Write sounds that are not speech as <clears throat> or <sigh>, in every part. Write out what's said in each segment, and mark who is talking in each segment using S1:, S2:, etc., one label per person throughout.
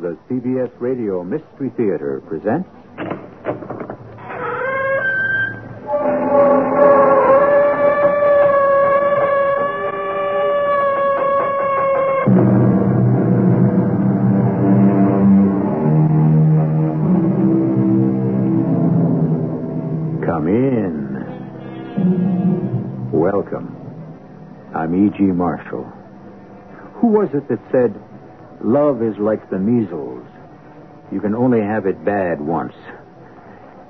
S1: The CBS Radio Mystery Theater presents. Come in. Welcome. I'm E.G. Marshall. Who was it that said, Love is like the measles? You can only have it bad once.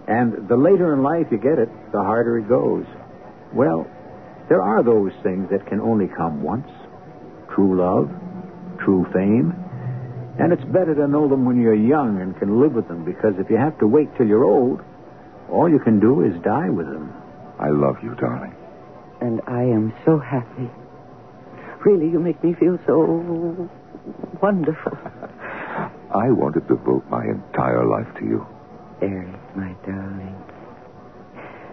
S1: And the later in life you get it, the harder it goes. Well, there are those things that can only come once true love, true fame. And it's better to know them when you're young and can live with them because if you have to wait till you're old, all you can do is die with them.
S2: I love you, darling.
S3: And I am so happy. Really, you make me feel so wonderful.
S2: I want to devote my entire life to you.
S3: Eric, my darling.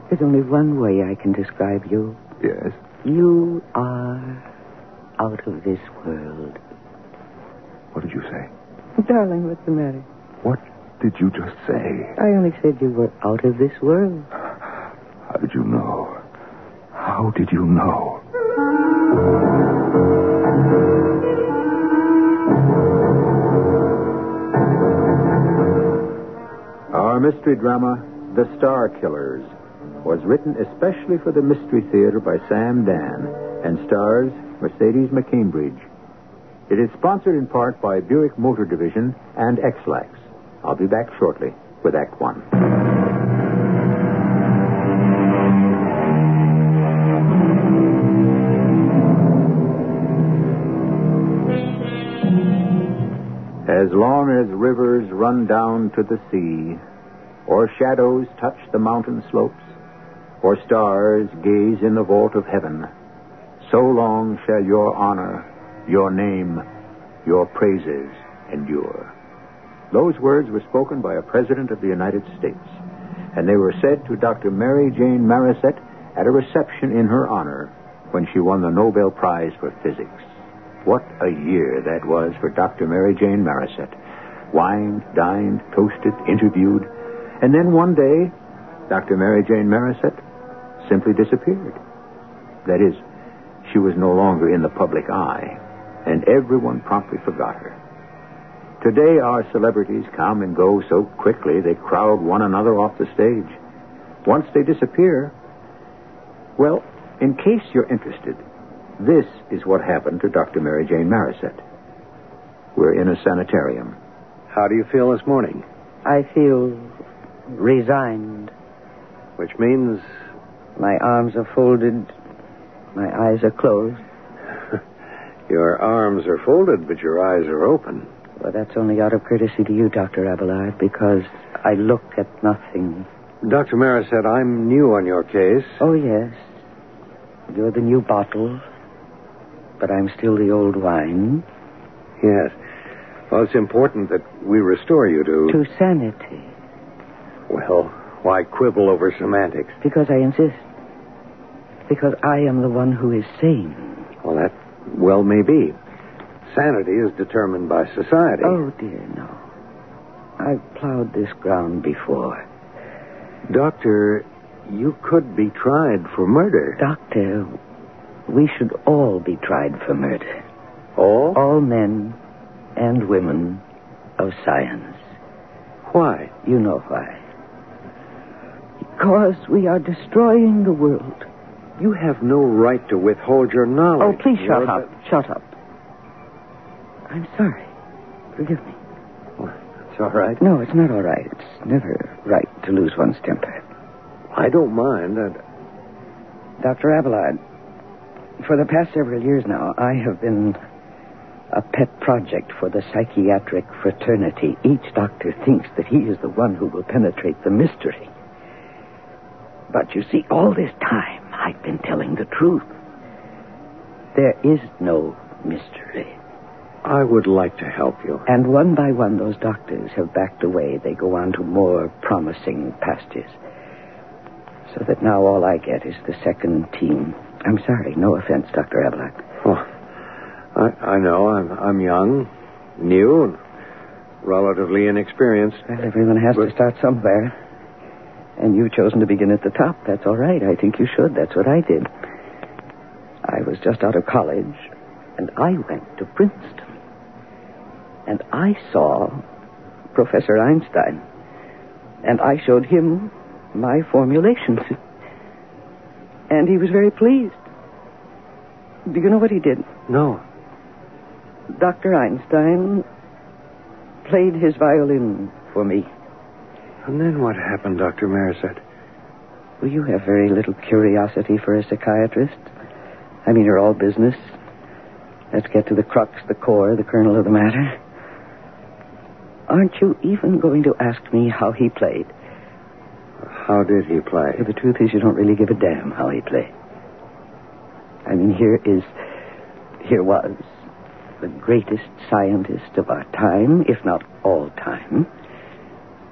S3: There's only one way I can describe you.
S2: Yes?
S3: You are out of this world.
S2: What did you say?
S3: Darling, what's the matter?
S2: What did you just say?
S3: I only said you were out of this world.
S2: How did you know? How did you know?
S1: Our mystery drama, The Star Killers, was written especially for the Mystery Theater by Sam Dan and stars Mercedes McCambridge. It is sponsored in part by Buick Motor Division and Xlax. I'll be back shortly with Act One. As long as rivers run down to the sea, or shadows touch the mountain slopes, or stars gaze in the vault of heaven, so long shall your honor, your name, your praises endure. Those words were spoken by a president of the United States, and they were said to Dr. Mary Jane Marisette at a reception in her honor when she won the Nobel Prize for Physics. What a year that was for Dr. Mary Jane Marisette. Wined, dined, toasted, interviewed, and then one day, Dr. Mary Jane Marisette simply disappeared. That is, she was no longer in the public eye, and everyone promptly forgot her. Today, our celebrities come and go so quickly they crowd one another off the stage. Once they disappear, well, in case you're interested, this is what happened to Dr. Mary Jane Marisette. We're in a sanitarium.
S4: How do you feel this morning?
S3: I feel resigned.
S4: Which means
S3: My arms are folded. My eyes are closed.
S4: your arms are folded, but your eyes are open.
S3: Well, that's only out of courtesy to you, Dr. Abelard, because I look at nothing.
S4: Dr. Maris said, I'm new on your case.
S3: Oh, yes. You're the new bottle, but I'm still the old wine.
S4: Yes. Well, it's important that we restore you to.
S3: To sanity,
S4: Well, why quibble over semantics?
S3: because I insist. Because I am the one who is sane.
S4: Well, that well may be. Sanity is determined by society.
S3: Oh, dear, no. I've plowed this ground before.
S4: Doctor, you could be tried for murder.
S3: Doctor, we should all be tried for murder.
S4: All?
S3: All men and women of science.
S4: Why?
S3: You know why. Because we are destroying the world.
S4: You have no right to withhold your
S3: Oh,
S4: knowledge.
S3: please shut
S4: You're
S3: up. Shut up. I'm sorry. Forgive me.
S4: the- It's all right.
S3: No, it's not all right. It's never right to lose one's temper.
S4: I don't mind. that.
S3: Dr. Abelard, for the past several years now, I have been a pet project for the psychiatric fraternity. Each doctor thinks that he is the one who will penetrate the mystery. But you see, all this time, I've been telling the truth. There is no mystery.
S4: I would like to help you.
S3: And one by one, those doctors have backed away. They go on to more promising pastures. So that now all I get is the second team. I'm sorry, no offense, Dr. Ablock.
S4: Oh, I, I know I'm, I'm young, new, and
S1: relatively inexperienced.
S3: Well, everyone has
S1: But-
S3: to start somewhere. And you've chosen to begin at the top. That's all right. I think you should. That's what I did. I was just out of college, and I went to Princeton. And I saw Professor Einstein. And I showed him my formulations. And he was very pleased. Do you know what he did?
S1: No.
S3: Dr. Einstein played his violin for me.
S1: And then what happened, Dr. Marisette?
S3: Well, you have very little curiosity for a psychiatrist. I mean, you're all business. Let's get to the crux, the core, the kernel of the matter. Aren't you even going to ask me how he played?
S1: How did he play?
S3: The truth is, you don't really give a damn how he played. I mean, here is, here was, the greatest scientist of our time, if not all time,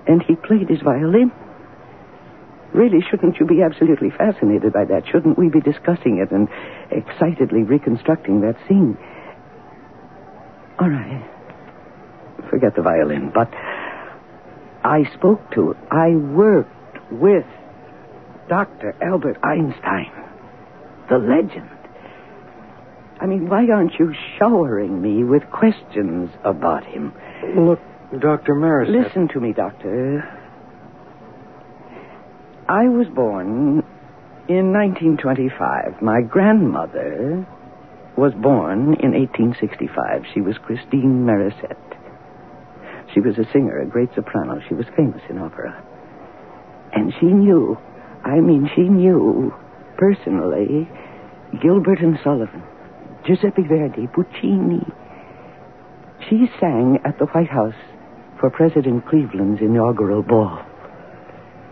S3: and he played his violin. Really, shouldn't you be absolutely fascinated by that? Shouldn't we be discussing it and excitedly reconstructing that scene? All right. Forget the violin, but I spoke to, I worked with Dr. Albert Einstein, the legend. I mean, why aren't you showering me with questions about him?
S1: Look, Dr. Marisette.
S3: Listen to me, Doctor. I was born in 1925. My grandmother was born in 1865. She was Christine Marisette. She was a singer, a great soprano. She was famous in opera. And she knew, I mean, she knew personally Gilbert and Sullivan, Giuseppe Verdi, Puccini. She sang at the White House for President Cleveland's inaugural ball.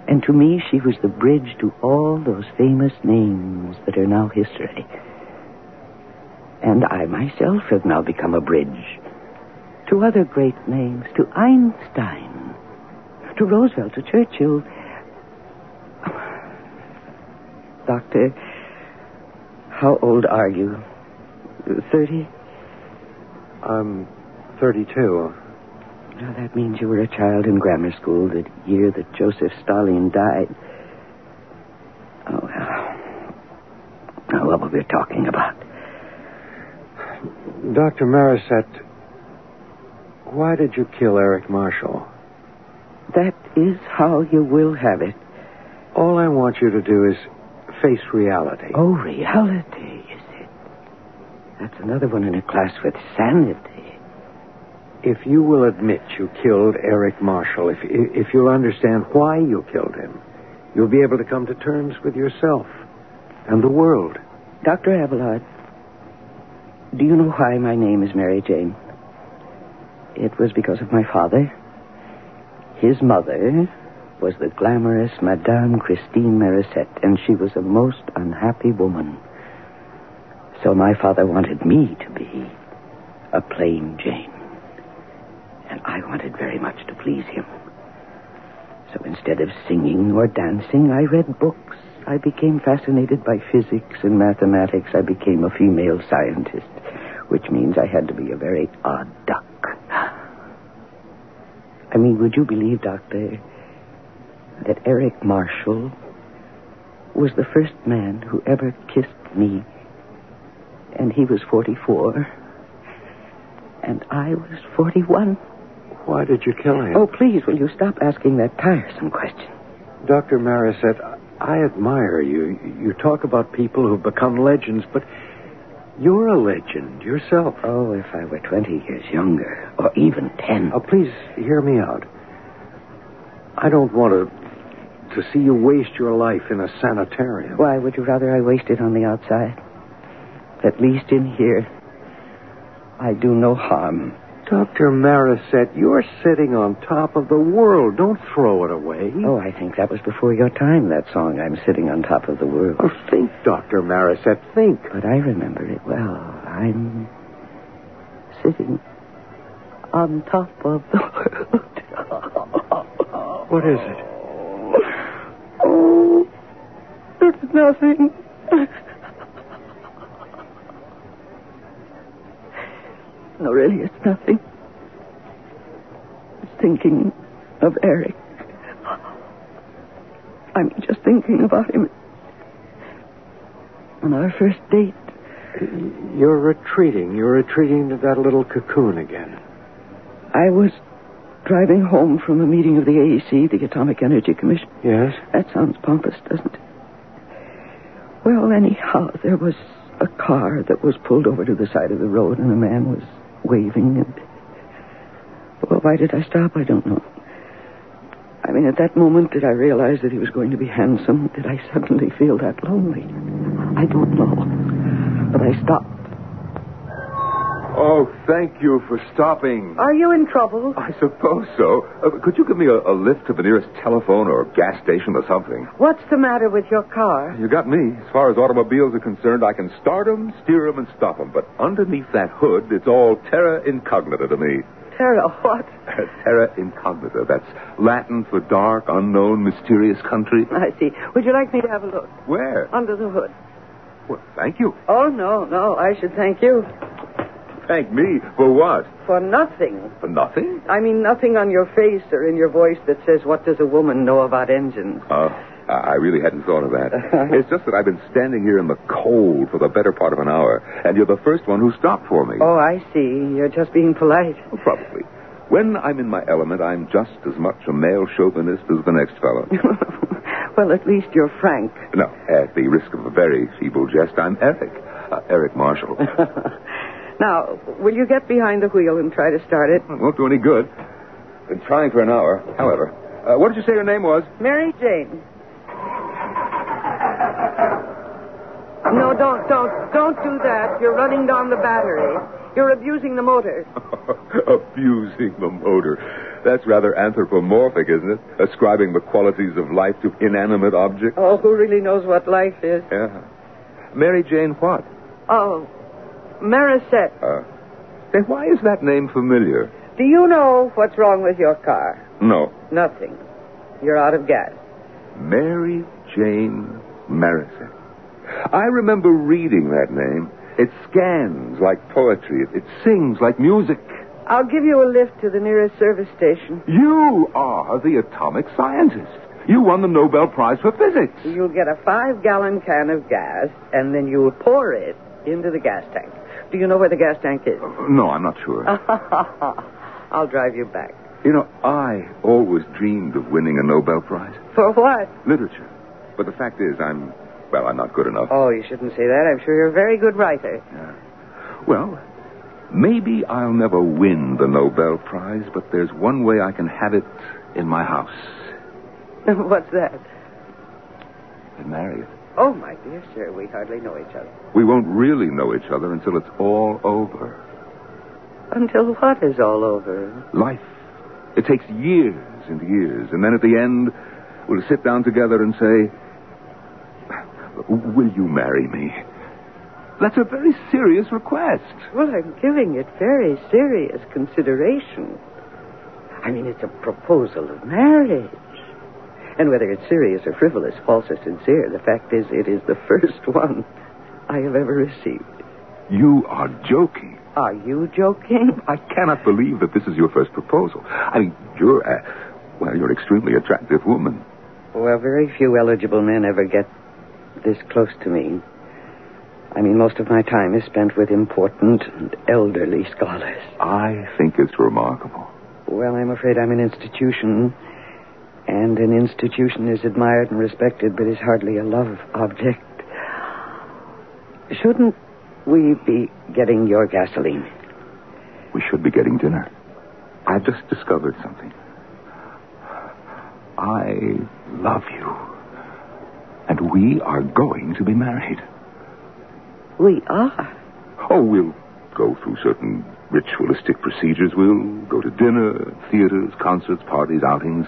S3: And to me, she was the bridge to all those famous names that are now history. And I myself have now become a bridge to other great names, to Einstein, to Roosevelt, to Churchill. Doctor, how old are you? Thirty?
S1: I'm 32.
S3: Now, that means you were a child in grammar school the year that Joseph Stalin died. Oh, well. Now, what were we talking about?
S1: Dr. Marisette, why did you kill Eric Marshall?
S3: That is how you will have it.
S1: All I want you to do is face reality.
S3: Oh, reality, is it? That's another one in a class with sanity.
S1: If you will admit you killed Eric Marshall, if, if you'll understand why you killed him, you'll be able to come to terms with yourself and the world.
S3: Dr. Abelard, do you know why my name is Mary Jane? It was because of my father. His mother was the glamorous Madame Christine Marisette, and she was a most unhappy woman. So my father wanted me to be a plain Jane. And I wanted very much to please him. So instead of singing or dancing, I read books. I became fascinated by physics and mathematics. I became a female scientist, which means I had to be a very odd duck. I mean, would you believe, Doctor, that Eric Marshall was the first man who ever kissed me? And he was 44. And I was 41.
S1: Why did you kill him?
S3: Oh, please, will you stop asking that tiresome question?
S1: Dr. Marisette, I admire you. You talk about people who've become legends, but you're a legend yourself.
S3: Oh, if I were 20 years younger, or even 10.
S1: Now, Oh, please hear me out. I don't want to to see you waste your life in a sanitarium.
S3: Why would you rather I waste it on the outside? At least in here, I do no harm.
S1: Dr. Marisette, you're sitting on top of the world. Don't throw it away.
S3: Oh, I think that was before your time, that song, I'm Sitting on Top of the World. Oh,
S1: Well, think, Dr. Marisette, think.
S3: But I remember it well. I'm sitting on top of the <laughs> world.
S1: What is it?
S3: Oh, it's nothing. No, really, it's nothing.
S5: thinking of Eric. I'm just thinking about him. On our first date,
S1: You're retreating. You're retreating to that little cocoon again.
S5: I was driving home from a meeting of the AEC, the Atomic Energy Commission.
S1: Yes?
S5: That sounds pompous, doesn't it? Well, anyhow, there was a car that was pulled over to the side of the road, and a man was waving. And well, why did I stop? I don't know. I mean, at that moment, did I realize that he was going to be handsome? Did I suddenly feel that lonely? I don't know. But I stopped.
S2: Oh, thank you for stopping.
S3: Are you in trouble?
S2: I suppose so. Uh, could you give me a, a lift to the nearest telephone or gas station or something?
S3: What's the matter with your car?
S2: You got me. As far as automobiles are concerned, I can start 'em, steer 'em, and stop 'em. But underneath that hood, it's all terra incognita to me.
S3: Tara, what?
S2: <laughs> terra incognita. That's Latin for dark, unknown, mysterious country.
S3: I see. Would you like me to have a look?
S2: Where?
S3: Under the hood.
S2: Well, thank you.
S3: Oh, no, no. I should thank you
S2: Thank me for what?
S3: for nothing.
S2: For nothing?
S3: I mean, nothing on your face or in your voice that says, What does a woman know about engines?
S2: Oh, I I really hadn't thought of that. it's just that I've been standing here in the cold for the better part of an hour, and you're the first one who stopped for me.
S3: Oh, I see. You're just being polite. <laughs>
S2: Well, Probably. When I'm in my element, I'm just as much a male chauvinist as the next fellow.
S3: well, at least you're frank.
S2: no, at the risk of a very feeble jest, I'm Eric. Uh, Eric Marshall.
S3: Now, will you get behind the wheel and try to start it?
S2: It won't do any good. Been trying for an hour. However, uh, what did you say your name was?
S3: Mary Jane. No, don't, don't, don't do that. You're running down the battery. You're abusing the motor.
S2: <laughs> Abusing the motor. That's rather anthropomorphic, isn't it? Ascribing the qualities of life to inanimate objects.
S3: Oh, who really knows what life is?
S2: Yeah. Mary Jane what?
S3: Oh, Maricette,
S2: Uh, say, why is that name familiar?
S3: do you know what's wrong with your car?
S2: No.
S3: Nothing. You're out of gas.
S2: Mary Jane Marison. I remember reading that name. It scans like poetry. It, it sings like music.
S3: I'll give you a lift to the nearest service station.
S2: You are the atomic scientist. You won the Nobel Prize for physics.
S3: You'll get a five gallon can of gas, and then you'll pour it into the gas tank. Do you know where the gas tank is?
S2: No, I'm not sure.
S3: <laughs> I'll drive you back.
S2: You know, I always dreamed of winning a Nobel Prize.
S3: For what?
S2: Literature. But the fact is, I'm, well, I'm not good enough.
S3: Oh, you shouldn't say that. I'm sure you're a very good writer. <laughs>
S2: Well, maybe I'll never win the Nobel Prize, but there's one way I can have it in my house.
S3: What's that?
S2: And marry it.
S3: Oh, my dear sir, we hardly know each other.
S2: We won't really know each other until it's all over.
S3: Until what is all over?
S2: Life. It takes years and years, and then at the end, we'll sit down together and say, Will you marry me? That's a very serious request.
S3: Well, I'm giving it very serious consideration. I mean, it's a proposal of marriage. And whether it's serious or frivolous, false or sincere, the fact is it is the first <laughs> one I have ever received.
S2: You are joking.
S3: Are you joking?
S2: I cannot believe that this is your first proposal. I mean, you're a, well, you're an extremely attractive woman.
S6: Well, very few eligible men ever get this close to me. I mean, most of my time is spent with important and elderly scholars.
S2: I think it's remarkable.
S6: Well, I'm afraid I'm an institution, and an institution is admired and respected, but is hardly a love object. Shouldn't we be getting your gasoline?
S2: We should be getting dinner. I've just discovered something. I love you. And we are going to be married.
S3: We are.
S2: Oh, we'll go through certain ritualistic procedures. We'll go to dinner, theaters, concerts, parties, outings.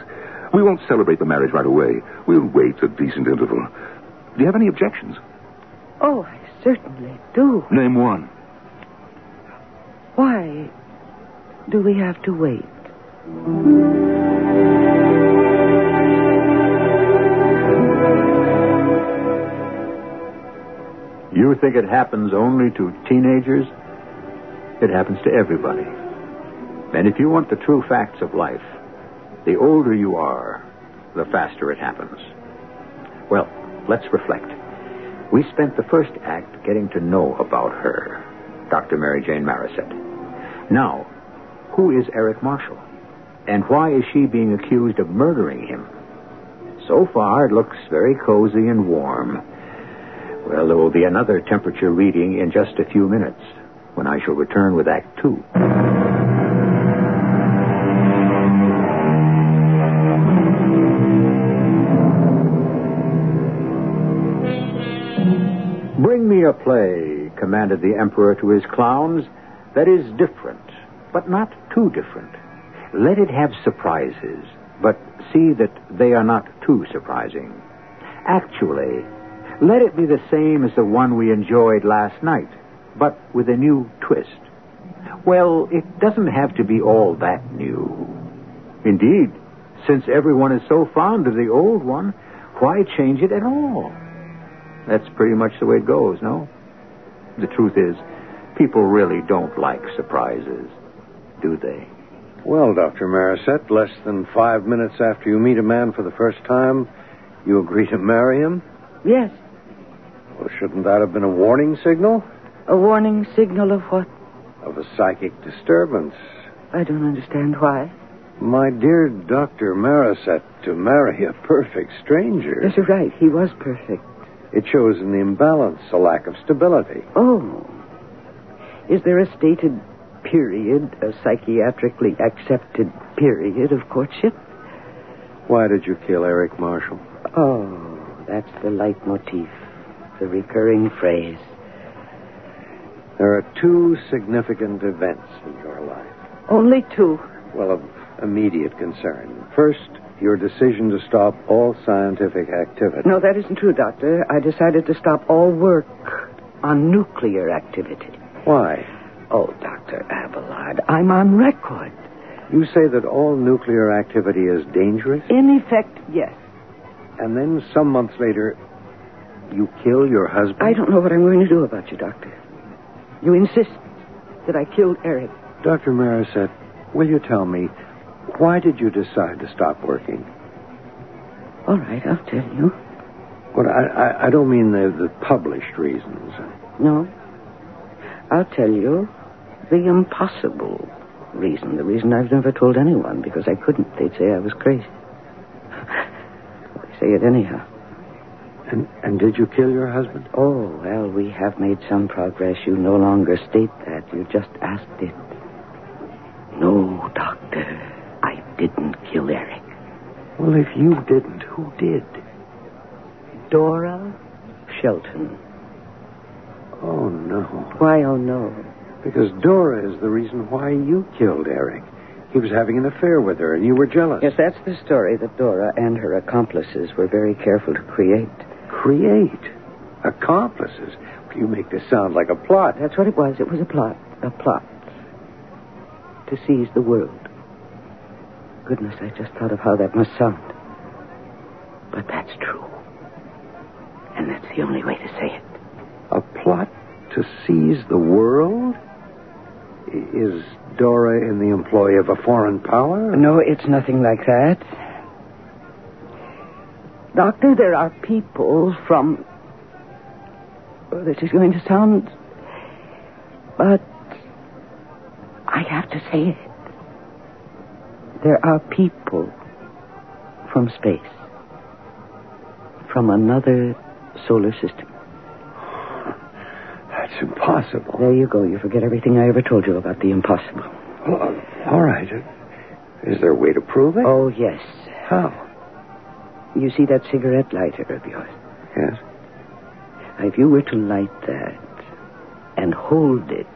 S2: We won't celebrate the marriage right away. We'll wait a decent interval. Do you have any objections?
S3: Oh, I certainly do.
S2: Name one.
S3: Why do we have to wait?
S7: You think it happens only to teenagers? It happens to everybody. And if you want the true facts of life, The older you are, the faster it happens. Well, let's reflect. We spent the first act getting to know about her, Dr. Mary Jane Marisette. Now, who is Eric Marshall? And why is she being accused of murdering him? So far, it looks very cozy and warm. Well, there will be another temperature reading in just a few minutes when I shall return with Act Two. Bring me a play, commanded the Emperor to his clowns, that is different, but not too different. Let it have surprises, but see that they are not too surprising. Actually, let it be the same as the one we enjoyed last night, but with a new twist. Well, it doesn't have to be all that new. Indeed, since everyone is so fond of the old one, why change it at all? That's pretty much the way it goes, no? The truth is, people really don't like surprises, do they?
S1: Well, Dr. Marisette, less than five minutes after you meet a man for the first time, you agree to marry him?
S3: Yes.
S1: Well, shouldn't that have been a warning signal
S3: A warning signal of what?
S1: of a psychic disturbance?
S3: I don't understand why.
S1: My dear Dr. Marisette, to marry a perfect stranger,
S3: Yes, you're right. He was perfect.
S1: it shows an imbalance, a lack of stability.
S3: Oh. Is there a stated period, a psychiatrically accepted period of courtship?
S1: Why did you kill Eric Marshall?
S3: Oh, that's the leitmotif, the recurring phrase.
S1: There are two significant events in your life.
S3: Only two.
S1: Well, of immediate concern. First, your decision to stop all scientific activity.
S3: No, that isn't true, Doctor. I decided to stop all work on nuclear activity.
S1: Why?
S3: Oh, Dr. Abelard, I'm on record.
S1: You say that all nuclear activity is dangerous,
S3: In effect, yes.
S1: and then some months later, you kill your husband.
S3: I don't know what I'm going to do about you, Doctor. You insist that I killed Eric.
S1: Dr. Marisette, will you tell me, why did you decide to stop working?
S3: All right, I'll tell you.
S1: Well, I, I, I don't mean the, the published reasons.
S3: No. I'll tell you the impossible reason, the reason I've never told anyone, because I couldn't. They'd say I was crazy. I say it anyhow.
S1: And, and did you kill your husband?
S3: Oh, well, we have made some progress. You no longer state that. You just asked it. No, Doctor, I didn't kill Eric.
S1: Well, if you didn't, who did?
S3: Dora Shelton.
S1: Oh, no.
S3: Why, oh, no.
S1: Because Dora is the reason why you killed Eric. He was having an affair with her, and you were jealous.
S3: Yes, that's the story that Dora and her accomplices were very careful to create.
S1: Create accomplices. You make this sound like a plot.
S3: That's what it was. It was a plot. A plot. To seize the world. Goodness, I just thought of how that must sound. But that's true. And that's the only way to say it.
S1: A plot to seize the world? I- Is Dora in the employ of a foreign power?
S3: No, it's nothing like that. Doctor, there are people from. Oh, this is going to sound. But. I have to say it. There are people from space, from another solar system.
S1: That's impossible.
S3: There you go. You forget everything I ever told you about the impossible.
S1: Well, Oh, all right. Is there a way to prove it?
S3: Oh, yes.
S1: How?
S3: You see that cigarette lighter of yours?
S1: Yes.
S3: If you were to light that and hold it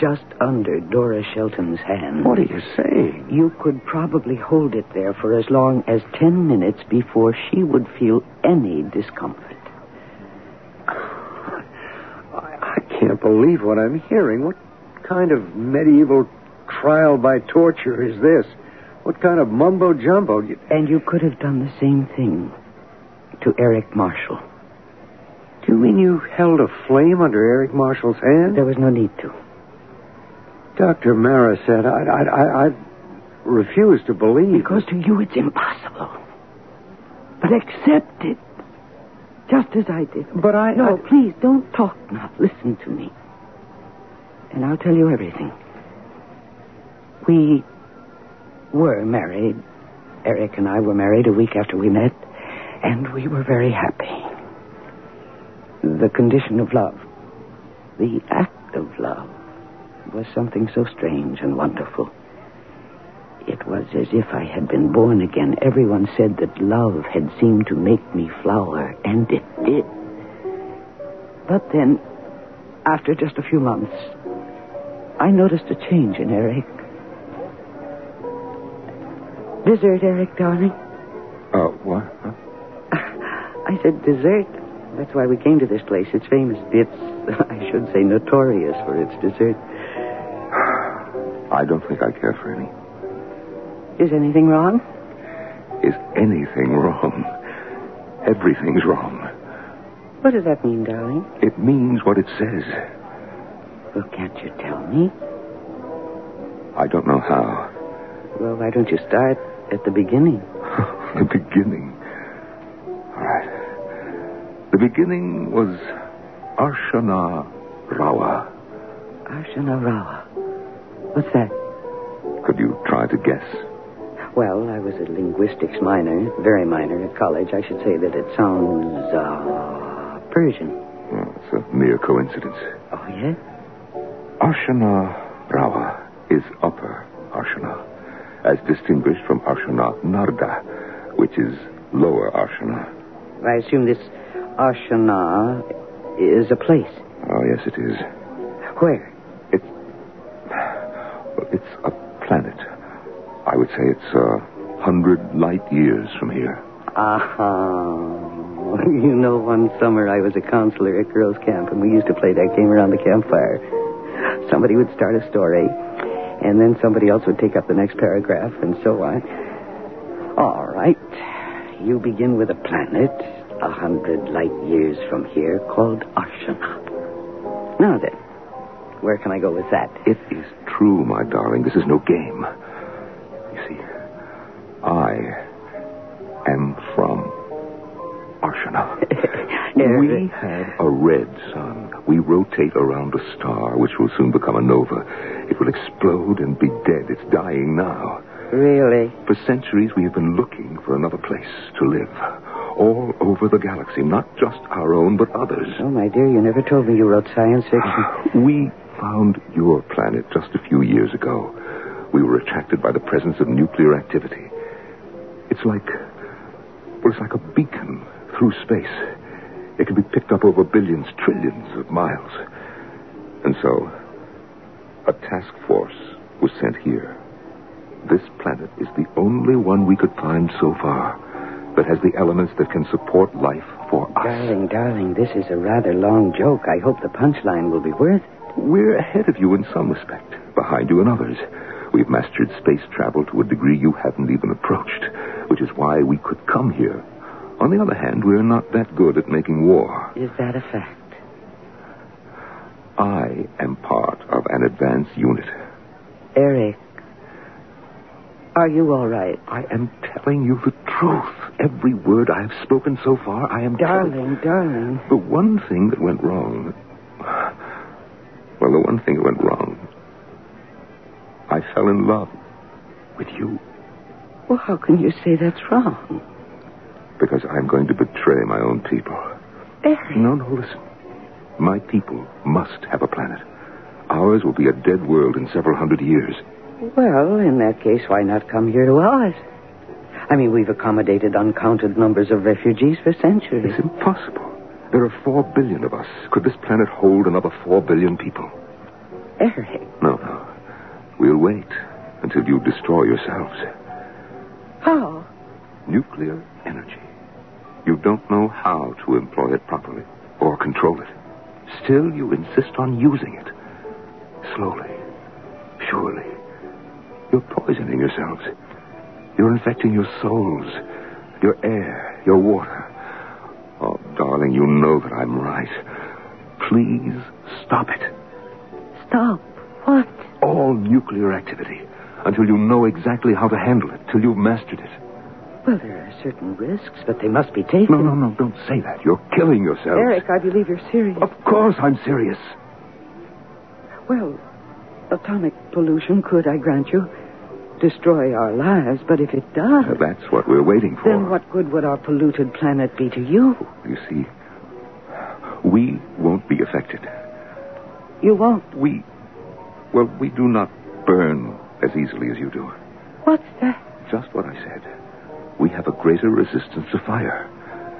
S3: just under Dora Shelton's hand,
S1: What are you saying?
S3: you could probably hold it there for as long as ten minutes before she would feel any discomfort.
S1: I, I can't believe what I'm hearing. What kind of medieval trial by torture is this? What kind of mumbo jumbo? You...
S3: And you could have done the same thing to Eric Marshall.
S1: Do you mean you held a flame under Eric Marshall's hand?
S3: There was no need to.
S1: Dr. Mara said, I, I, I, I, refuse to believe.
S3: Because to you it's impossible. But accept it. Just as I did.
S1: But I-
S3: No,
S1: I-
S3: please, don't talk now. Listen to me. And I'll tell you everything. We were married. Eric and I were married a week after we met, and we were very happy. The condition of love, the act of love, was something so strange and wonderful. It was as if I had been born again. Everyone said that love had seemed to make me flower, and it did. But then, after just a few months, I noticed a change in Eric. Dessert, Eric, darling.
S2: Uh, what? Huh?
S3: I said dessert. That's why we came to this place. It's famous. It's, <laughs> I should say, notorious for its dessert.
S2: I don't think I care for any.
S3: Is anything wrong?
S2: Is anything wrong? Everything's wrong.
S3: What does that mean, darling?
S2: It means what it says.
S3: Well, can't you tell me?
S2: I don't know how. <laughs>
S3: Well, why don't you start at the beginning?
S2: the beginning. All right. The beginning was Arshana Rawa.
S3: Arshana Rawa. What's that?
S2: Could you try to guess?
S3: Well, I was a linguistics minor, very minor at college. I should say that it sounds uh, Persian.
S2: Well, it's a mere coincidence.
S3: Oh, yes?
S2: Arshana Rawa is upper Arshana, as distinguished from Arshana Narda, which is lower Arshana.
S3: I assume this Arshana is a place.
S2: Oh, yes, it is.
S3: Where?
S2: It's. It's a planet. I would say it's a hundred light years from here.
S3: Ah, <laughs> you know, one summer I was a counselor at girls' camp, and we used to play that game around the campfire. Somebody would start a story, and then somebody else would take up the next paragraph, and so on. All right, you begin with a planet a hundred light years from here called Arshana. Now then, where can I go with that?
S2: It is true, my darling. This is no game. You see, I am from Arshana. We
S3: Eric.
S2: have a red sun. We rotate around a star, which will soon become a nova. It will explode and be dead. It's dying now.
S3: Really?
S2: For centuries, we have been looking for another place to live. All over the galaxy, not just our own, but others.
S3: Oh, my dear, you never told me you wrote science
S2: <laughs>
S3: fiction.
S2: We found your planet just a few years ago. We were attracted by the presence of nuclear activity. It's like. Well, it's like a beacon through space. It can be picked up over billions, trillions of miles. And so, a task force was sent here. This planet is the only one we could find so far that has the elements that can support life for us.
S3: Darling, darling, this is a rather long joke. I hope the punchline will be worth it.
S2: We're ahead of you in some respect, behind you in others. We've mastered space travel to a degree you haven't even approached, which is why we could come here. On the other hand, we're not that good at making war.
S3: Is that a fact?
S2: I am part of an advance unit.
S3: Eric, are you all right?
S2: I am telling you the truth. Every word I have spoken so far, I am telling
S3: Darling, darling.
S2: The one thing that went wrong. Well, the one thing that went wrong. I fell in love with you.
S3: Well, how can you say that's wrong?
S2: Because I'm going to betray my own people.
S3: Eric.
S2: No, no, listen. My people must have a planet. Ours will be a dead world in several hundred years.
S3: Well, in that case, why not come here to ours? I mean, we've accommodated uncounted numbers of refugees for centuries.
S2: It's impossible. There are four billion of us. Could this planet hold another four billion people?
S3: Eric,
S2: No, no. We'll wait until you destroy yourselves.
S3: how?
S2: Nuclear energy. You don't know how to employ it properly or control it. Still, you insist on using it. Slowly, surely. You're poisoning yourselves. You're infecting your souls, your air, your water. Oh, darling, you know that I'm right. Please stop it.
S3: Stop. What?
S2: All nuclear activity. until you know exactly how to handle it, till you've mastered it.
S8: Well, there are certain risks, but they must be taken.
S2: No, no, no, don't say that. You're killing yourself.
S8: Eric, I believe you're serious.
S2: Of course I'm serious.
S8: Well, atomic pollution could, I grant you, destroy our lives, but if it does,
S2: Uh, That's what we're waiting for.
S8: then what good would our polluted planet be to you?
S2: You see, we won't be affected.
S8: You won't.
S2: We, well, we do not burn as easily as you do.
S8: What's that?
S2: Just what I said. We have a greater resistance to fire.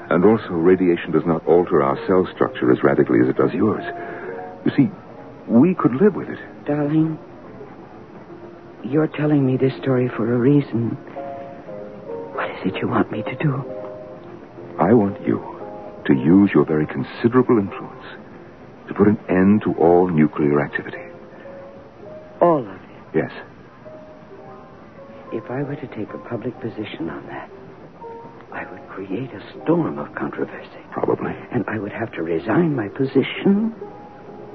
S2: And also, radiation does not alter our cell structure as radically as it does yours. You see, we could live with it.
S8: Darling, you're telling me this story for a reason. What is it you want me to do?
S2: I want you to use your very considerable influence to put an end to all nuclear activity.
S8: All of it.
S2: Yes.
S8: If I were to take a public position on that, I would create a storm of controversy.
S2: Probably.
S8: And I would have to resign my position.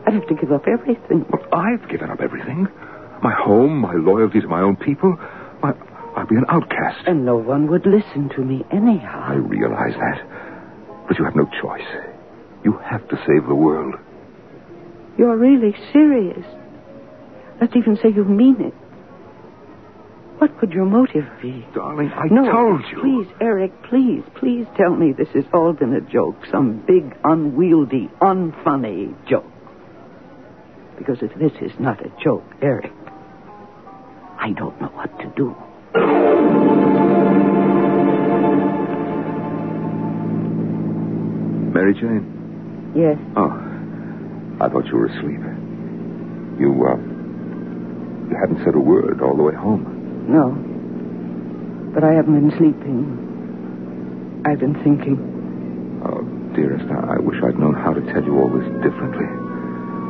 S8: I'd have to give up everything.
S2: Well, I've given up everything my home, my loyalty to my own people. My, I'd be an outcast.
S8: And no one would listen to me
S2: I
S8: anyhow.
S2: realize that. But you have no choice. You have to save the world.
S8: You're really serious. Let's even say you mean it. What could your motive be?
S2: Darling, I
S8: no,
S2: told you.
S8: Please, Eric, please, please tell me this has all been a joke. Some big, unwieldy, unfunny joke. Because if this is not a joke, Eric, I don't know what to do.
S2: Mary Jane.
S9: Yes.
S2: Oh. I thought you were asleep. You, uh. You hadn't said a word all the way home.
S9: No. But I haven't been sleeping. I've been thinking.
S2: Oh, dearest, I, I wish I'd known how to tell you all this differently.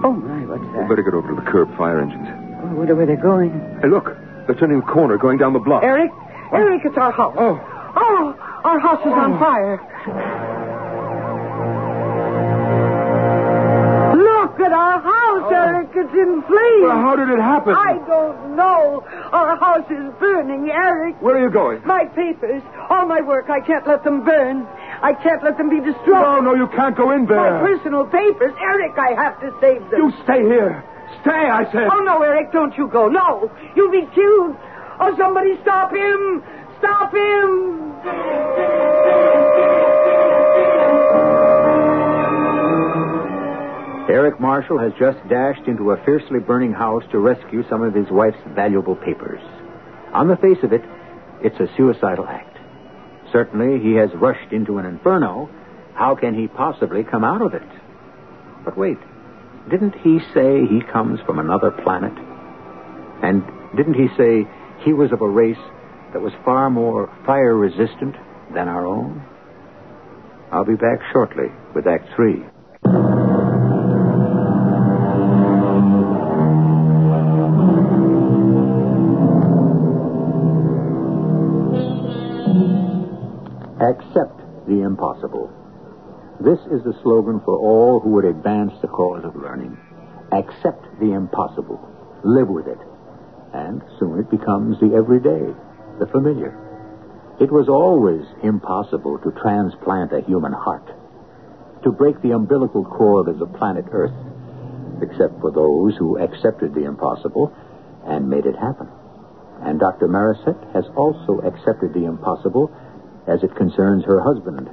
S9: Oh, my, what's
S2: We'd
S9: that?
S2: better get over to the curb fire engines.
S9: Oh, where are they going?
S2: Hey, look. They're turning the corner, going down the block.
S8: Eric, Eric, it's our house.
S2: Oh.
S8: Oh, our house is on fire. Look at our house,
S2: Oh.
S8: Eric. It's in flames.
S2: Well, how did it happen?
S8: I don't know. Our house is burning, Eric.
S2: Where are you going?
S8: My papers, all my work, I can't let them burn. I can't let them be
S2: No,
S8: destroyed.
S2: Oh, no, you can't go in
S8: my
S2: there.
S8: personal papers, Eric, I have to save them.
S2: You stay here. Stay, I said.
S8: Oh, no, Eric, don't you go. No, you'll be killed. Oh, somebody stop him. Stop him.
S7: Eric Marshall has just dashed into a fiercely burning house to rescue some of his wife's valuable papers. On the face of it, it's a suicidal act. Certainly, he has rushed into an inferno. How can he possibly come out of it? But wait, didn't he say he comes from another planet? And didn't he say he was of a race that was far more fire resistant than our own? I'll be back shortly with Act Three. Accept the impossible. This is the slogan for all who would advance the cause of learning. Accept the impossible. Live with it. And soon it becomes the everyday, the familiar. It was always impossible to transplant a human heart, to break the umbilical cord of the planet Earth, except for those who accepted the impossible and made it happen. And Dr. Marisette has also accepted the impossible as it concerns her husband,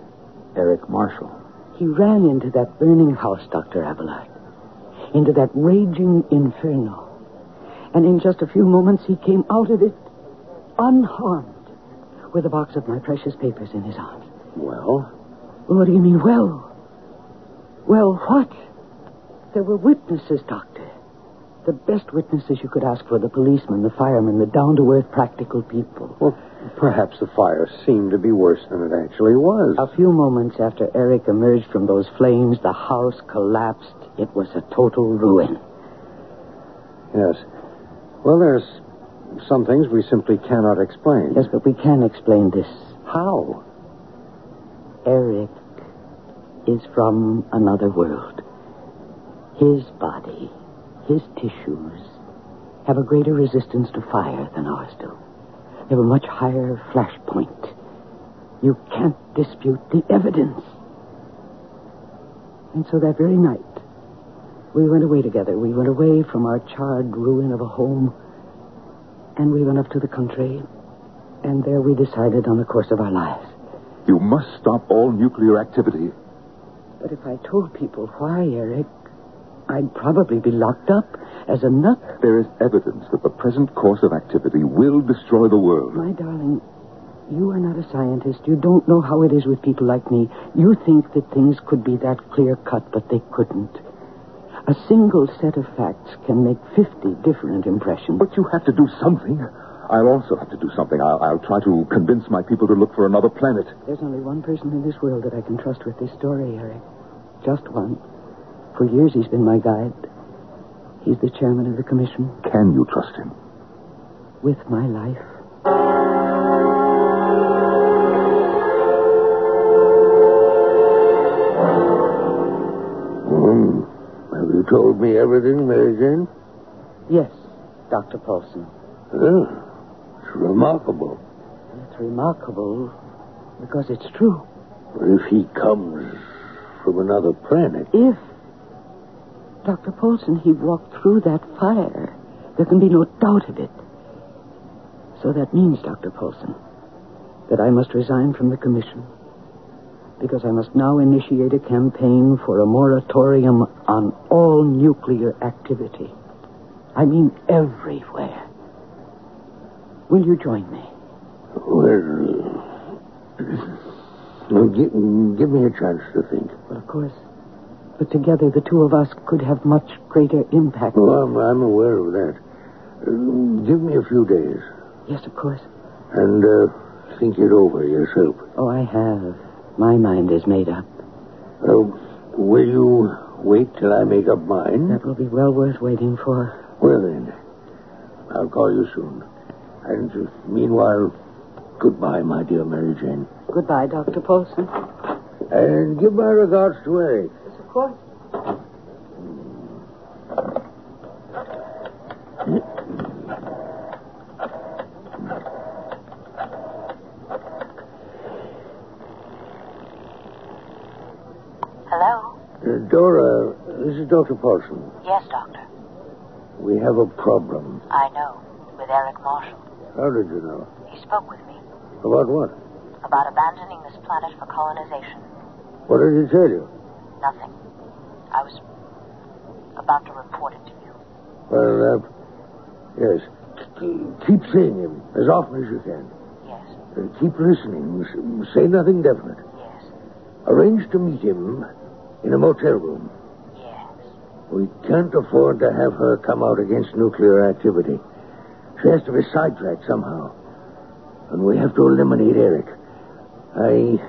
S7: Eric Marshall.
S3: He ran into that burning house, Dr. Abelard, into that raging inferno. And in just a few moments, he came out of it unharmed with a box of my precious papers in his arms.
S1: Well,
S3: What do you mean, well? Well, what? There were witnesses, Doctor. The best witnesses you could ask for the policemen, the firemen, the down to earth practical people.
S1: well, perhaps the fire seemed to be worse than it actually was.
S3: A few moments after Eric emerged from those flames, the house collapsed. It was a total ruin.
S1: Yes. Well, there's some things we simply cannot explain.
S3: Yes, but we can explain this.
S1: How?
S3: Eric is from another world. His body, his tissues have a greater resistance to fire than ours do. They have a much higher flash point. You can't dispute the evidence. And so that very night, we went away together. We went away from our charred ruin of a home, and we went up to the country, and there we decided on the course of our lives.
S2: You must stop all nuclear activity.
S3: But if I told people why, Eric, I'd probably be locked up as a nut.
S2: There is evidence that the present course of activity will destroy the world.
S3: My darling, you are not a scientist. You don't know how it is with people like me. You think that things could be that clear cut, but they couldn't. A single set of facts can make 50 different impressions.
S2: But you have to do something. I'll also have to do something. I'll, I'll try to convince my people to look for another planet.
S3: There's only one person in this world that I can trust with this story, Eric. Just one. For years he's been my guide. He's the chairman of the commission.
S2: Can you trust him?
S3: With my life.
S1: Have Hmm. you told me everything, Mary Jane?
S3: Yes, Dr. Paulson.
S1: Yeah. It's remarkable.
S3: It's remarkable because it's true.
S1: But if he comes from another planet,
S3: If, Dr. Paulson, he walked through that fire, there can be no doubt of it. So that means, Dr. Paulson, that I must resign from the commission because I must now initiate a campaign for a moratorium on all nuclear activity. I mean, everywhere. Will you join me?
S1: well. well give, give me a chance to think.
S3: Well, of course. But together, the two of us could have much greater impact.
S1: Well, I'm, I'm aware of that. Uh, Give me a few days
S3: Yes, of course.
S1: and uh, think it over yourself.
S3: Oh, I have. My mind is made up.
S1: Uh, will you wait till I make up mine?
S3: That will be well worth waiting for.
S1: Well, then, I'll call you soon. And uh, meanwhile, goodbye, my dear Mary Jane.
S3: Goodbye, Dr. Paulson.
S1: And give my regards to Eric.
S3: Yes, of course.
S10: Hello?
S1: Uh, Dora, this is Dr. Paulson.
S10: Yes, Doctor.
S1: We have a problem.
S10: I know. With Eric Marshall.
S1: How did you know?
S10: He spoke with me
S1: About what?
S10: about abandoning this planet for colonization.
S1: What did he tell you?
S10: Nothing. I was about to report it to you.
S1: Well, uh, yes. K- Keep seeing him as often as you can.
S10: Yes,
S1: Uh, keep listening. S- Say nothing definite.
S10: yes,
S1: Arrange to meet him in a motel room.
S10: yes.
S1: We can't afford to have her come out against nuclear activity. She has to be sidetracked somehow. And we have to eliminate Eric. I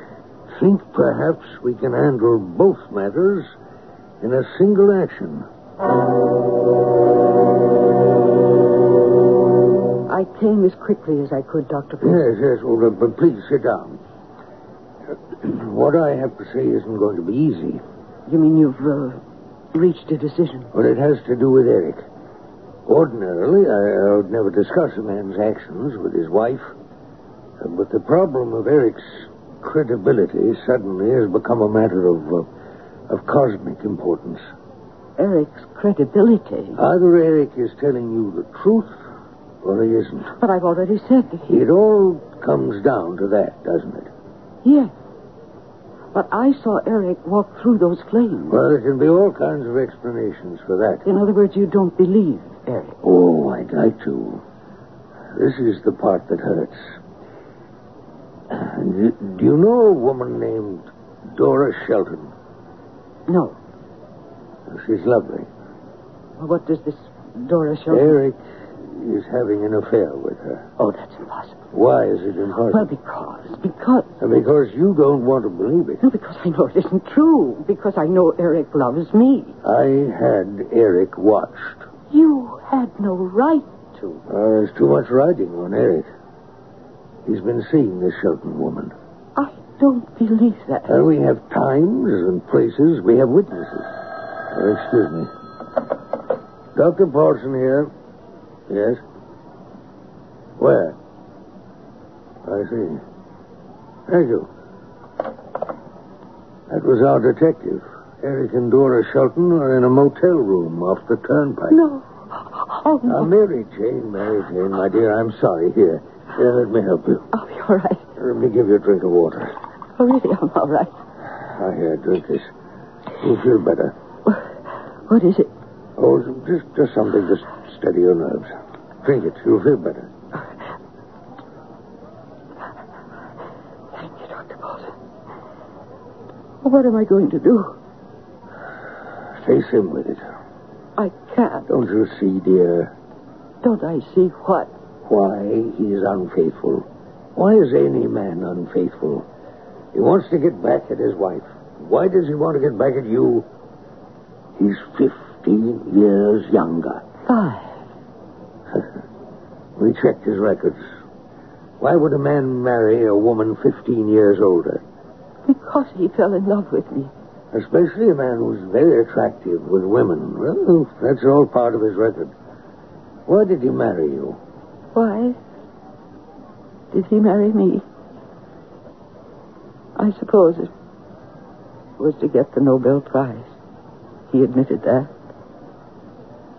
S1: think perhaps we can handle both matters in a single action.
S3: I came as quickly as I could, Dr. Paulson.
S1: Yes, yes, well, but, but please sit down. <clears throat> What I have to say isn't going to be easy,
S3: You mean you've uh, reached a decision?
S1: but it has to do with Eric. Ordinarily, I, I would never discuss a man's actions with his wife, uh, but the problem of Eric's credibility suddenly has become a matter of, uh, of cosmic importance.
S3: Eric's credibility.
S1: Either Eric is telling you the truth, or he isn't.
S3: But I've already said that he.
S1: It all comes down to that, doesn't it?
S3: Yes. But I saw Eric walk through those flames.
S1: Well, there can be all kinds of explanations for that.
S3: In other words, you don't believe Eric.
S1: Oh, I'd like to. This is the part that hurts. Do do you know a woman named Dora Shelton?
S3: No.
S1: She's lovely.
S3: Well, What does this Dora show?
S1: Eric is having an affair with her.
S3: Oh, that's impossible.
S1: Why is it
S3: Well,
S1: impossible?
S3: because, because.
S1: Because you don't want to believe it.
S3: No, because I know it isn't true. Because I know Eric loves me.
S1: I had Eric watched.
S3: You had no right to.
S1: Uh, there's too much riding on Eric. He's been seeing this Shelton woman.
S3: I don't believe that.
S1: Uh, we have times and places. We have witnesses. Uh, excuse me. Dr. Paulson here. Yes? Where? I see. Thank you. That was our detective. Eric and Dora Shelton are in a motel room off the turnpike.
S3: No. Oh, no.
S1: Now, Mary Jane, Mary Jane, my dear, I'm sorry. Here. Here, let me help you.
S3: Oh, you're all right.
S1: Let me give you a drink of water.
S3: Oh, really, I'm all right.
S1: Ah, here, drink this. You'll feel better.
S3: What is it?
S1: Oh, just, just something to s- steady your nerves. Drink it. You'll feel better.
S3: Thank you, Dr. Bolton. What am I going to do?
S1: Face him with it.
S3: I can't.
S1: Don't you see, dear,
S3: Don't I see what?
S1: why he is unfaithful? Why is any man unfaithful? He wants to get back at his wife. Why does he want to get back at you? He's 15 years younger.
S3: Five.
S1: We checked his records. Why would a man marry a woman 15 years older?
S3: Because he fell in love with me.
S1: Especially a man who's very attractive with women. Well, that's all part of his record. Why did he marry you?
S3: Why did he marry me? I suppose it was to get the Nobel Prize. He admitted that.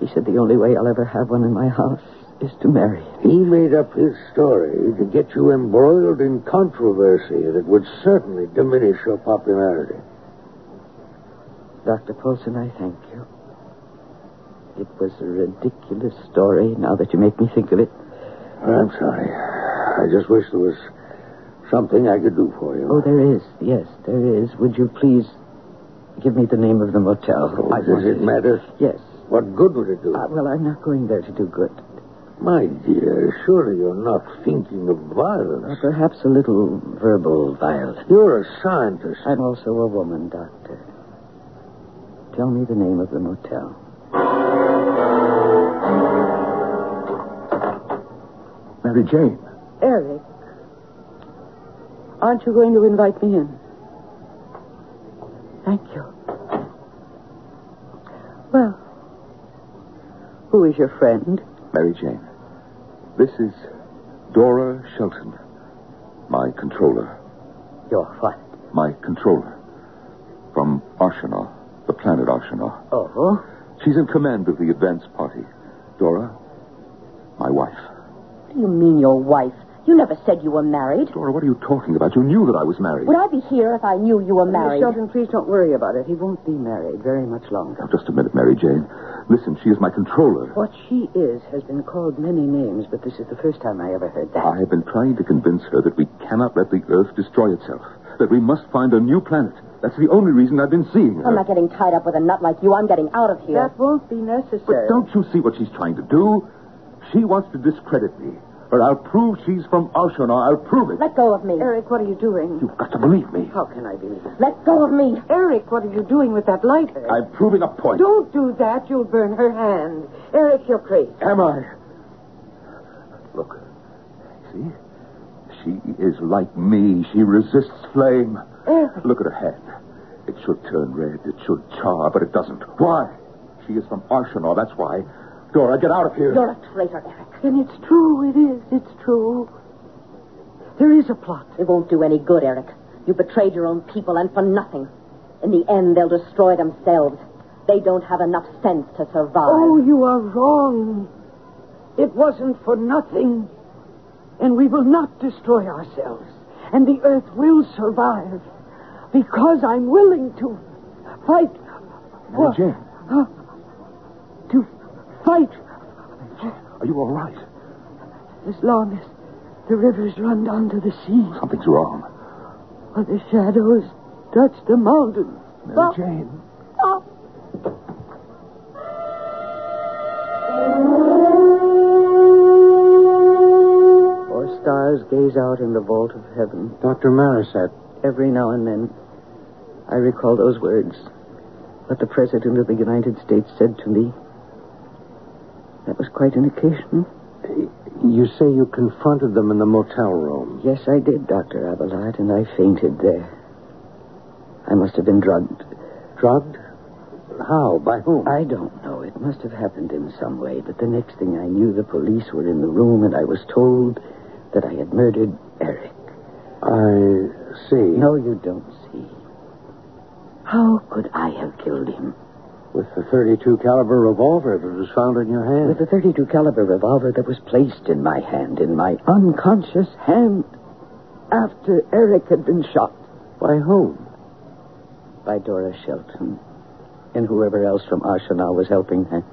S3: He said the only way I'll ever have one in my house is to marry.
S1: He made up his story to get you embroiled in controversy that would certainly diminish your popularity.
S3: Dr. Polson, I thank you. It was a ridiculous story now that you make me think of it.
S1: I'm sorry. I just wish there was something I could do for you.
S3: Oh, there is. Yes, there is. Would you please give me the name of the motel?
S1: Oh,
S3: I
S1: does
S3: want
S1: it matter?
S3: Yes.
S1: What good would it do?
S3: Uh, well, I'm not going there to do good.
S1: My dear, surely you're not thinking of
S3: Or
S1: violence.
S3: Uh, perhaps a little verbal violence.
S1: You're a scientist.
S3: I'm also a woman, Doctor. Tell me the name of the motel.
S2: Mary Jane.
S11: Eric, aren't you going to invite me in?
S3: Thank you. Well, who is your friend?
S2: Mary Jane. This is Dora Shelton, my controller.
S3: Your what?
S2: My controller. From Arshana, the planet Arshana.
S3: Oh,
S2: She's in command of the advance party. Dora, my wife.
S10: What do you mean, your wife? You never said you were married.
S2: Dora, what are you talking about? You knew that I was married.
S10: Would I be here if I knew you were married?
S3: Miss Shelton, please don't worry about it. He won't be married very much longer.
S2: Now, just a minute, Mary Jane. Listen, she is my controller.
S3: What she is has been called many names, but this is the first time I ever heard that.
S2: I have been trying to convince her that we cannot let the Earth destroy itself, that we must find a new planet. That's the only reason I've been seeing her.
S10: I'm not getting tied up with a nut like you. I'm getting out of here.
S3: That won't be necessary.
S2: But don't you see what she's trying to do? She wants to discredit me. Or I'll prove she's from Arshana. I'll prove it.
S10: Let go of me.
S11: Eric, what are you doing?
S2: You've got to believe me.
S3: How can I believe that?
S10: Let go of me.
S11: Eric, what are you doing with that lighter?
S2: I'm proving a point.
S11: Don't do that. You'll burn her hand. Eric, you're crazy.
S2: Am I? Look. See? She is like me. She resists flame.
S11: Eric.
S2: Look at her hand. It should turn red. It should char, but it doesn't. Why? She is from Arshana. That's why. Dora, get out of here.
S10: You're a traitor, Eric.
S11: And it's true. It is. It's true. There is a plot.
S10: It won't do any good, Eric. You betrayed your own people and for nothing. In the end, they'll destroy themselves. They don't have enough sense to survive.
S11: Oh, you are wrong. It wasn't for nothing. And we will not destroy ourselves. And the earth will survive. Because I'm willing to fight.
S2: Mary
S11: for-
S2: Uh, Jane,
S11: huh? to fight
S2: are you all right?
S11: as long as the rivers run down to the sea
S2: Something's wrong.
S11: or the shadows touch the mountains.
S2: Mary
S11: Well-
S2: Jane.
S11: Oh,
S3: Four stars gaze out in the vault of heaven.
S1: Dr. Marisette.
S3: Every now and then, I recall those words. What the President of the United States said to me. That was quite an occasion.
S1: You say you confronted them in the motel room.
S3: Yes, I did, Dr. Abelard, and I fainted there. I must have been drugged.
S1: Drugged? How? By whom?
S3: I don't know. It must have happened in some way. But the next thing I knew, the police were in the room, and I was told that I had murdered Eric.
S1: I see.
S3: No, you don't see. How could I have killed him?
S1: With the 32 caliber revolver that was found in your hand.
S3: With the 32 caliber revolver that was placed in my hand, in my unconscious hand, after Eric had been shot.
S1: By whom?
S3: By Dora Shelton and whoever else from Arsenal was helping her.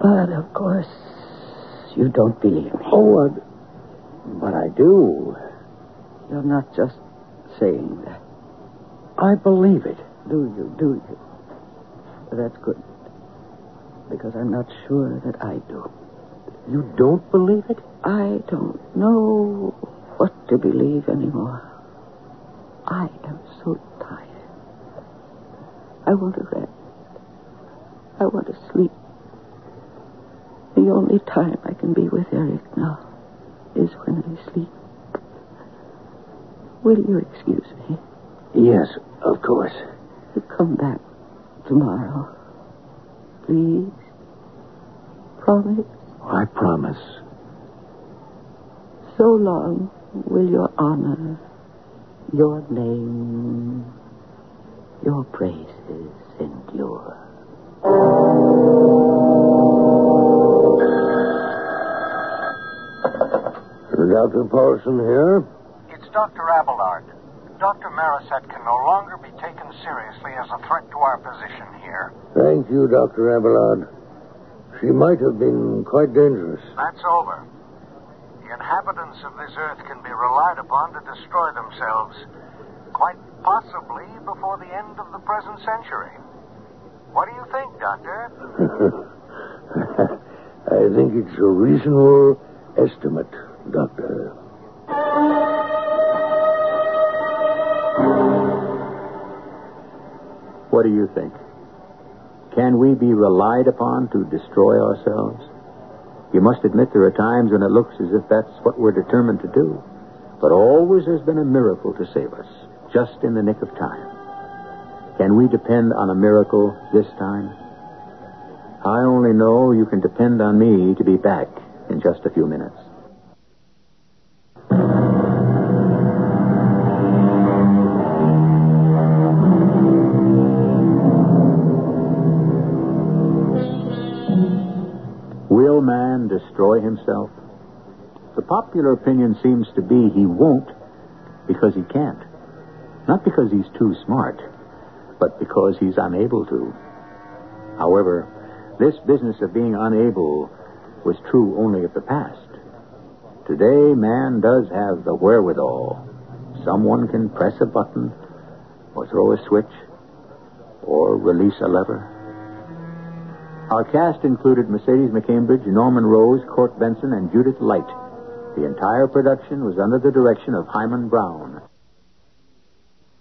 S3: But of course, you don't believe me.
S1: Oh, uh, but I do.
S3: You're not just saying that.
S1: I believe it.
S3: Do you? Do you? That's good. Because I'm not sure that I do.
S1: You don't believe it?
S3: I don't know what to believe anymore. I am so tired. I want to rest. I want to sleep. The only time I can be with Eric now is when I sleep. Will you excuse me?
S1: Yes, of course.
S3: You come back tomorrow. Please. Promise.
S1: I promise.
S3: So long will your honor, your name, your praises endure.
S1: Dr. Paulson here.
S12: It's Dr. Abelard. Dr. Marisette can no longer be taken seriously as a threat to our position here.
S1: Thank you, Dr. Abelard. She might have been quite dangerous.
S12: That's over. The inhabitants of this earth can be relied upon to destroy themselves, quite possibly before the end of the present century. What do you think, Doctor?
S1: I think it's a reasonable estimate, Doctor.
S7: What do you think? Can we be relied upon to destroy ourselves? You must admit there are times when it looks as if that's what we're determined to do. But always there's been a miracle to save us, just in the nick of time. Can we depend on a miracle this time? I only know you can depend on me to be back in just a few minutes. Will man destroy himself? The popular opinion seems to be he won't because he can't. Not because he's too smart, but because he's unable to. However, this business of being unable was true only of the past. Today, man does have the wherewithal. Someone can press a button, or throw a switch, or release a lever. Our cast included Mercedes McCambridge, Norman Rose, Court Benson, and Judith Light. The entire production was under the direction of Hyman Brown.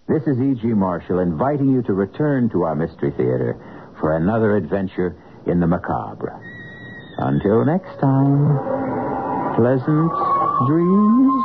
S13: This is E.G. Marshall inviting you to return to our Mystery Theater for another adventure in the macabre. Until next time, pleasant dreams.